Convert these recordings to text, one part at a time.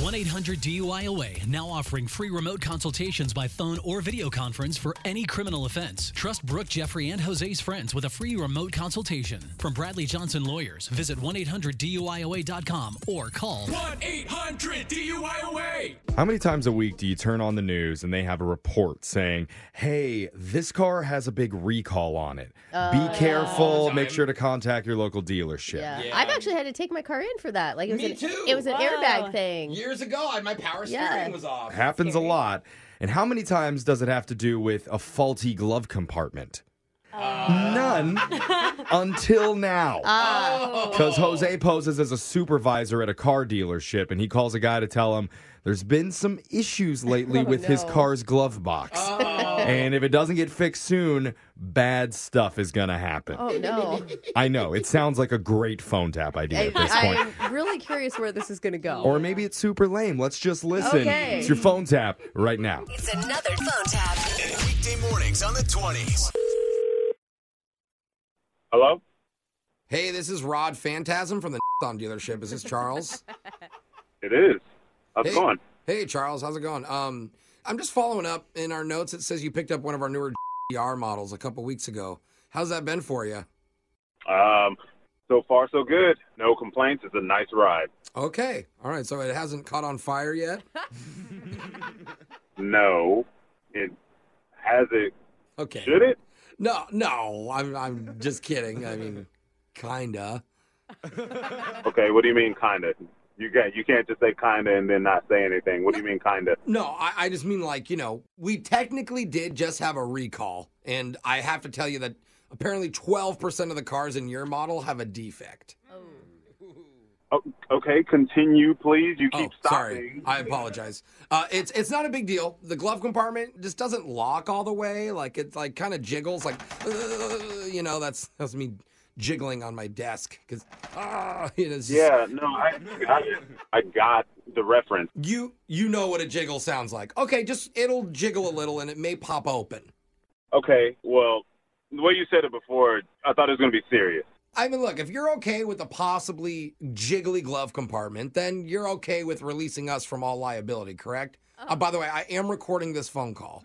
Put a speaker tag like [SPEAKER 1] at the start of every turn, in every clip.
[SPEAKER 1] 1 800 DUIOA now offering free remote consultations by phone or video conference for any criminal offense. Trust Brooke, Jeffrey, and Jose's friends with a free remote consultation. From Bradley Johnson Lawyers, visit 1 800 DUIOA.com or call
[SPEAKER 2] 1 800 DUIOA.
[SPEAKER 3] How many times a week do you turn on the news and they have a report saying, hey, this car has a big recall on it? Be careful. Make sure to contact your local dealership.
[SPEAKER 4] Yeah.
[SPEAKER 2] Yeah.
[SPEAKER 4] I've actually had to take my car in for that. Like it was
[SPEAKER 2] Me
[SPEAKER 4] an,
[SPEAKER 2] too.
[SPEAKER 4] It was an airbag thing.
[SPEAKER 2] Years ago, I, my power
[SPEAKER 4] Yeah.
[SPEAKER 2] steering was off.
[SPEAKER 3] Happens a lot. And how many times does it have to do with a faulty glove compartment?
[SPEAKER 4] Oh.
[SPEAKER 3] None until now.
[SPEAKER 4] Oh.
[SPEAKER 3] Because Jose poses as a supervisor at a car dealership and he calls a guy to tell him there's been some issues lately with his
[SPEAKER 4] Oh, no. Oh.
[SPEAKER 3] car's glove box. And if it doesn't get fixed soon, bad stuff is going to happen.
[SPEAKER 4] Oh no!
[SPEAKER 3] I know. It sounds like a great phone tap idea
[SPEAKER 4] I,
[SPEAKER 3] at this point.
[SPEAKER 4] I'm really curious where this is going to go.
[SPEAKER 3] Or maybe it's super lame. Let's just listen.
[SPEAKER 4] Okay.
[SPEAKER 3] It's your phone tap right now.
[SPEAKER 5] It's another phone tap.
[SPEAKER 6] Weekday mornings on the 20s.
[SPEAKER 7] Hello?
[SPEAKER 2] Hey, this is Rod Phantasm from the Thom dealership. Is this Charles?
[SPEAKER 7] It is. How's it
[SPEAKER 2] Hey.
[SPEAKER 7] going?
[SPEAKER 2] hey, Charles, how's it going? Um, I'm just following up in our notes. It says you picked up one of our newer DR models a couple weeks ago. How's that been for you?
[SPEAKER 7] Um, so far, so good. No complaints. It's a nice ride.
[SPEAKER 2] Okay, all right. So it hasn't caught on fire yet.
[SPEAKER 7] No, it has it.
[SPEAKER 2] Okay.
[SPEAKER 7] Should it?
[SPEAKER 2] No, no. I'm I'm just kidding. I mean, kinda.
[SPEAKER 7] Okay. What do you mean, kinda? You can't you can't just say kinda and then not say anything. What do you mean, kinda?
[SPEAKER 2] No, I, I just mean like, you know, we technically did just have a recall. And I have to tell you that apparently 12% of the cars in your model have a defect.
[SPEAKER 7] O- okay. Continue, please. You keep
[SPEAKER 2] oh, sorry.
[SPEAKER 7] stopping.
[SPEAKER 2] I apologize. Uh, it's it's not a big deal. The glove compartment just doesn't lock all the way. Like it like kind of jiggles. Like uh, you know, that's that's me jiggling on my desk because ah, it is. just-
[SPEAKER 7] Yeah. No, I got it. I got the reference.
[SPEAKER 2] You you know what a jiggle sounds like. Okay, just it'll jiggle a little and it may pop open.
[SPEAKER 7] Okay. Well, the way you said it before, I thought it was gonna be serious.
[SPEAKER 2] I mean, look, if you're okay with a possibly jiggly glove compartment, then you're okay with releasing us from all liability, correct? Uh, by the way, I am recording this phone call.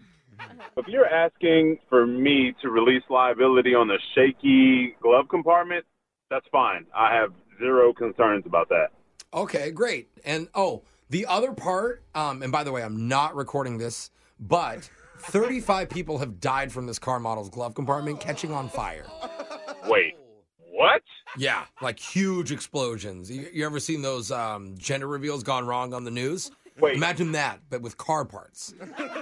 [SPEAKER 7] If you're asking for me to release liability on the shaky glove compartment, that's fine. I have zero concerns about that.
[SPEAKER 2] Okay, great. And oh, the other part, um, and by the way, I'm not recording this, but 35 people have died from this car model's glove compartment catching on fire.
[SPEAKER 7] Wait, what?
[SPEAKER 2] Yeah, like huge explosions. You, you ever seen those um, gender reveals gone wrong on the news?
[SPEAKER 7] Wait.
[SPEAKER 2] Imagine that, but with car parts.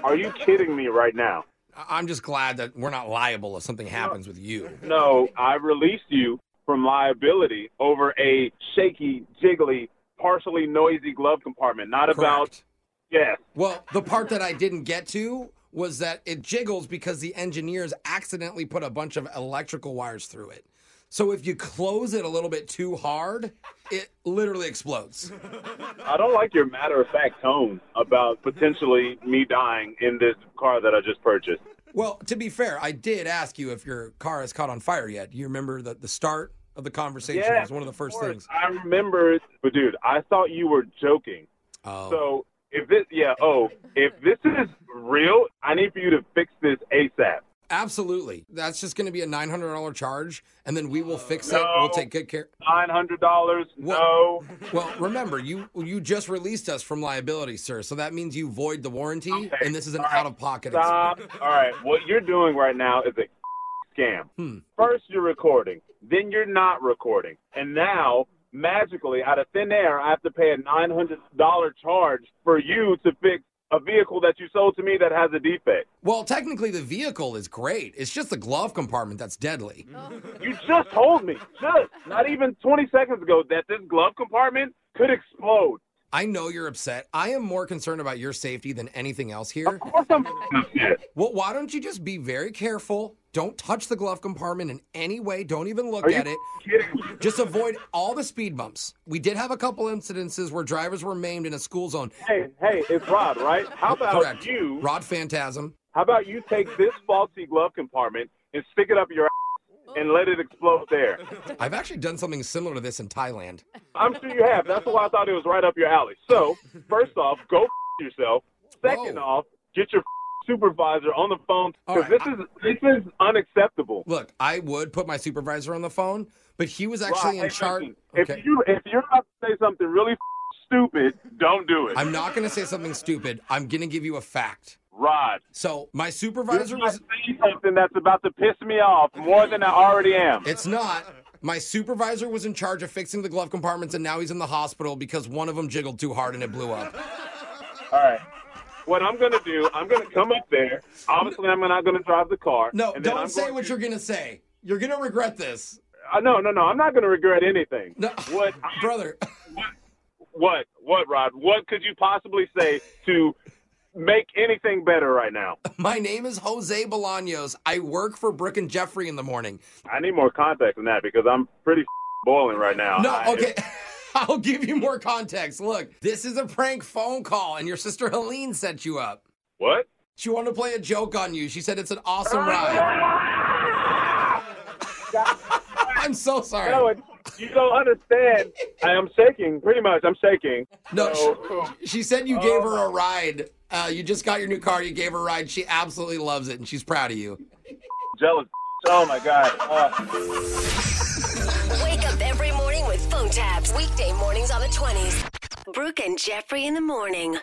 [SPEAKER 7] Are you kidding me right now?
[SPEAKER 2] I- I'm just glad that we're not liable if something happens with you.
[SPEAKER 7] No, I released you from liability over a shaky, jiggly, partially noisy glove compartment. Not about,
[SPEAKER 2] Correct.
[SPEAKER 7] yes.
[SPEAKER 2] Well, the part that I didn't get to was that it jiggles because the engineers accidentally put a bunch of electrical wires through it. So if you close it a little bit too hard, it literally explodes.
[SPEAKER 7] I don't like your matter of fact tone about potentially me dying in this car that I just purchased.
[SPEAKER 2] Well, to be fair, I did ask you if your car has caught on fire yet. You remember that the start of the conversation
[SPEAKER 7] Yeah,
[SPEAKER 2] was one of the first
[SPEAKER 7] course,
[SPEAKER 2] things.
[SPEAKER 7] I remember, but dude, I thought you were joking.
[SPEAKER 2] Oh.
[SPEAKER 7] So if this, yeah, oh, if this is real, I need for you to fix this ASAP.
[SPEAKER 2] Absolutely. That's just going to be a $900 charge, and then we will fix it.
[SPEAKER 7] No.
[SPEAKER 2] We'll take good care.
[SPEAKER 7] Nine hundred dollars? No.
[SPEAKER 2] Well, remember, you you just released us from liability, sir. So that means you void the warranty, and this is an out of pocket.
[SPEAKER 7] Stop. All right, what you're doing right now is a scam.
[SPEAKER 2] Hmm.
[SPEAKER 7] First, you're recording, then you're not recording, and now. Magically, out of thin air, I have to pay a nine hundred dollar charge for you to fix a vehicle that you sold to me that has a defect.
[SPEAKER 2] Well, technically, the vehicle is great. It's just the glove compartment that's deadly.
[SPEAKER 7] You just told me, just not even 20 seconds ago, that this glove compartment could explode.
[SPEAKER 2] I know you're upset. I am more concerned about your safety than anything else here.
[SPEAKER 7] Of course I'm upset.
[SPEAKER 2] Well, why don't you just be very careful? Don't touch the glove compartment in any way. Don't even look
[SPEAKER 7] Are
[SPEAKER 2] at
[SPEAKER 7] you
[SPEAKER 2] it.
[SPEAKER 7] kidding me?
[SPEAKER 2] Just avoid all the speed bumps. We did have a couple incidences where drivers were maimed in a school zone.
[SPEAKER 7] Hey, hey, it's Rod, right? How about
[SPEAKER 2] Correct.
[SPEAKER 7] you?
[SPEAKER 2] Rod Phantasm.
[SPEAKER 7] How about you take this faulty glove compartment and stick it up your ass? and let it explode there.
[SPEAKER 2] I've actually done something similar to this in Thailand.
[SPEAKER 7] I'm sure you have. That's why I thought it was right up your alley. So, first off, go yourself. Second
[SPEAKER 2] Whoa.
[SPEAKER 7] off, get your supervisor on the phone
[SPEAKER 2] All
[SPEAKER 7] because
[SPEAKER 2] right,
[SPEAKER 7] this is this is unacceptable.
[SPEAKER 2] Look, I would put my supervisor on the phone, but he was actually
[SPEAKER 7] Well, hey,
[SPEAKER 2] in charge.
[SPEAKER 7] listen,
[SPEAKER 2] Okay.
[SPEAKER 7] If you if you're about to say something really stupid, don't do it.
[SPEAKER 2] I'm not going to say something stupid. I'm going to give you a fact.
[SPEAKER 7] Rod,
[SPEAKER 2] So, my
[SPEAKER 7] you're
[SPEAKER 2] supervisor
[SPEAKER 7] about to
[SPEAKER 2] was.
[SPEAKER 7] say something that's about to piss me off more than I already am.
[SPEAKER 2] It's not. My supervisor was in charge of fixing the glove compartments, and now he's in the hospital because one of them jiggled too hard and it blew up.
[SPEAKER 7] All right. What I'm gonna do, I'm gonna come up there. Obviously, I'm not gonna drive the car.
[SPEAKER 2] No,
[SPEAKER 7] and then I'm
[SPEAKER 2] don't say
[SPEAKER 7] going
[SPEAKER 2] what
[SPEAKER 7] to-
[SPEAKER 2] you're going to say. You're going to regret this.
[SPEAKER 7] Uh, no, no, no. I'm not gonna regret anything.
[SPEAKER 2] No.
[SPEAKER 7] What?
[SPEAKER 2] Brother,
[SPEAKER 7] What? What, Rod? What could you possibly say to make anything better right now?
[SPEAKER 2] my name is Jose Bolaños. I work for Brooke and Jeffrey in the morning.
[SPEAKER 7] I need more context than that because I'm pretty boiling right now.
[SPEAKER 2] No,
[SPEAKER 7] I-
[SPEAKER 2] okay. I'll give you more context. Look, this is a prank phone call, and your sister Helene set you up.
[SPEAKER 7] What?
[SPEAKER 2] She wanted to play a joke on you. She said it's an awesome ride. I'm so
[SPEAKER 7] No,
[SPEAKER 2] sorry.
[SPEAKER 7] it, you don't understand. I am shaking, pretty much. I'm shaking.
[SPEAKER 2] No,
[SPEAKER 7] So,
[SPEAKER 2] she, she said you gave her a ride. Uh, you just got your new car. You gave her a ride. She absolutely loves it, and she's proud of you.
[SPEAKER 7] jealous. Oh my god. Uh,
[SPEAKER 5] Wake up every morning with phone taps. Weekday mornings on the 20s. Brooke and Jeffrey in the morning.